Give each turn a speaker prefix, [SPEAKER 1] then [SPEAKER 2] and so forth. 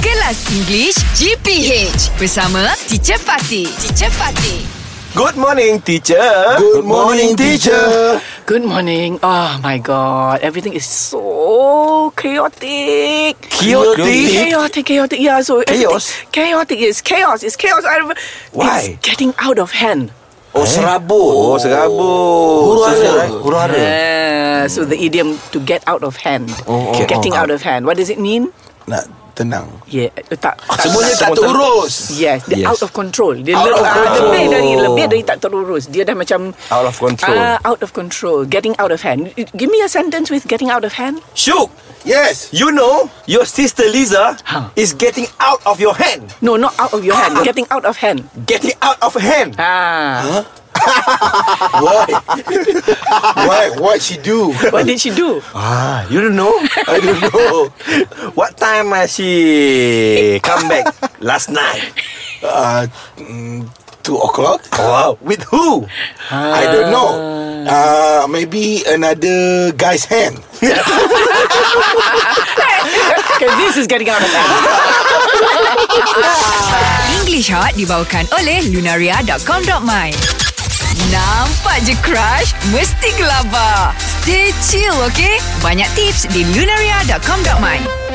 [SPEAKER 1] Kelas English GPH bersama Teacher Fatih. Teacher Fatih.
[SPEAKER 2] Good morning, teacher.
[SPEAKER 3] Good morning, teacher.
[SPEAKER 4] Good morning. Oh my god. Everything is so chaotic.
[SPEAKER 2] Chaotic?
[SPEAKER 4] Chaotic, chaotic. Yeah, so everything-
[SPEAKER 3] Chaos?
[SPEAKER 4] Chaotic is chaos. It's chaos. I don't,
[SPEAKER 3] Why?
[SPEAKER 4] It's getting out of hand.
[SPEAKER 3] Oh, serabut.
[SPEAKER 2] Oh, serabut.
[SPEAKER 3] Huru hara.
[SPEAKER 2] Sesuai. eh?
[SPEAKER 3] Huru hara.
[SPEAKER 4] Uh, so the idiom to get out of hand.
[SPEAKER 3] Oh, oh,
[SPEAKER 4] getting
[SPEAKER 3] oh, oh.
[SPEAKER 4] out of hand. What does it mean?
[SPEAKER 3] Nak tenang.
[SPEAKER 4] Yeah, eh, tak.
[SPEAKER 3] Semuanya tak terurus.
[SPEAKER 4] Yes, yes.
[SPEAKER 3] Yes.
[SPEAKER 4] out of control. Dia
[SPEAKER 3] Out
[SPEAKER 4] le-
[SPEAKER 3] of
[SPEAKER 4] ah,
[SPEAKER 3] control.
[SPEAKER 4] lebih dari lebih dari tak terurus. Dia dah macam
[SPEAKER 2] Out of control.
[SPEAKER 4] Ah, out of control, getting out of hand. Give me a sentence with getting out of hand.
[SPEAKER 2] Shuk,
[SPEAKER 3] Yes. Ha.
[SPEAKER 2] you know your sister Lisa
[SPEAKER 4] Huh.
[SPEAKER 2] is getting out of your hand.
[SPEAKER 4] No, not out of your hand. Getting out of hand.
[SPEAKER 2] Getting out of hand.
[SPEAKER 4] Ah,
[SPEAKER 3] Why? Why? What she do?
[SPEAKER 4] what did she do?
[SPEAKER 2] Ah, you don't know?
[SPEAKER 3] I don't know.
[SPEAKER 2] what time has she come back last night?
[SPEAKER 3] Uh, mm, two o'clock?
[SPEAKER 2] Wow, with who? Ah.
[SPEAKER 3] I don't know. Uh, maybe another guy's hand.
[SPEAKER 4] Okay, this is getting out of hand.
[SPEAKER 1] English Hot dibawakan oleh lunaria.com.my. Nampak je crush? Mesti gelabah. Stay chill, okay? Banyak tips di lunaria.com.my.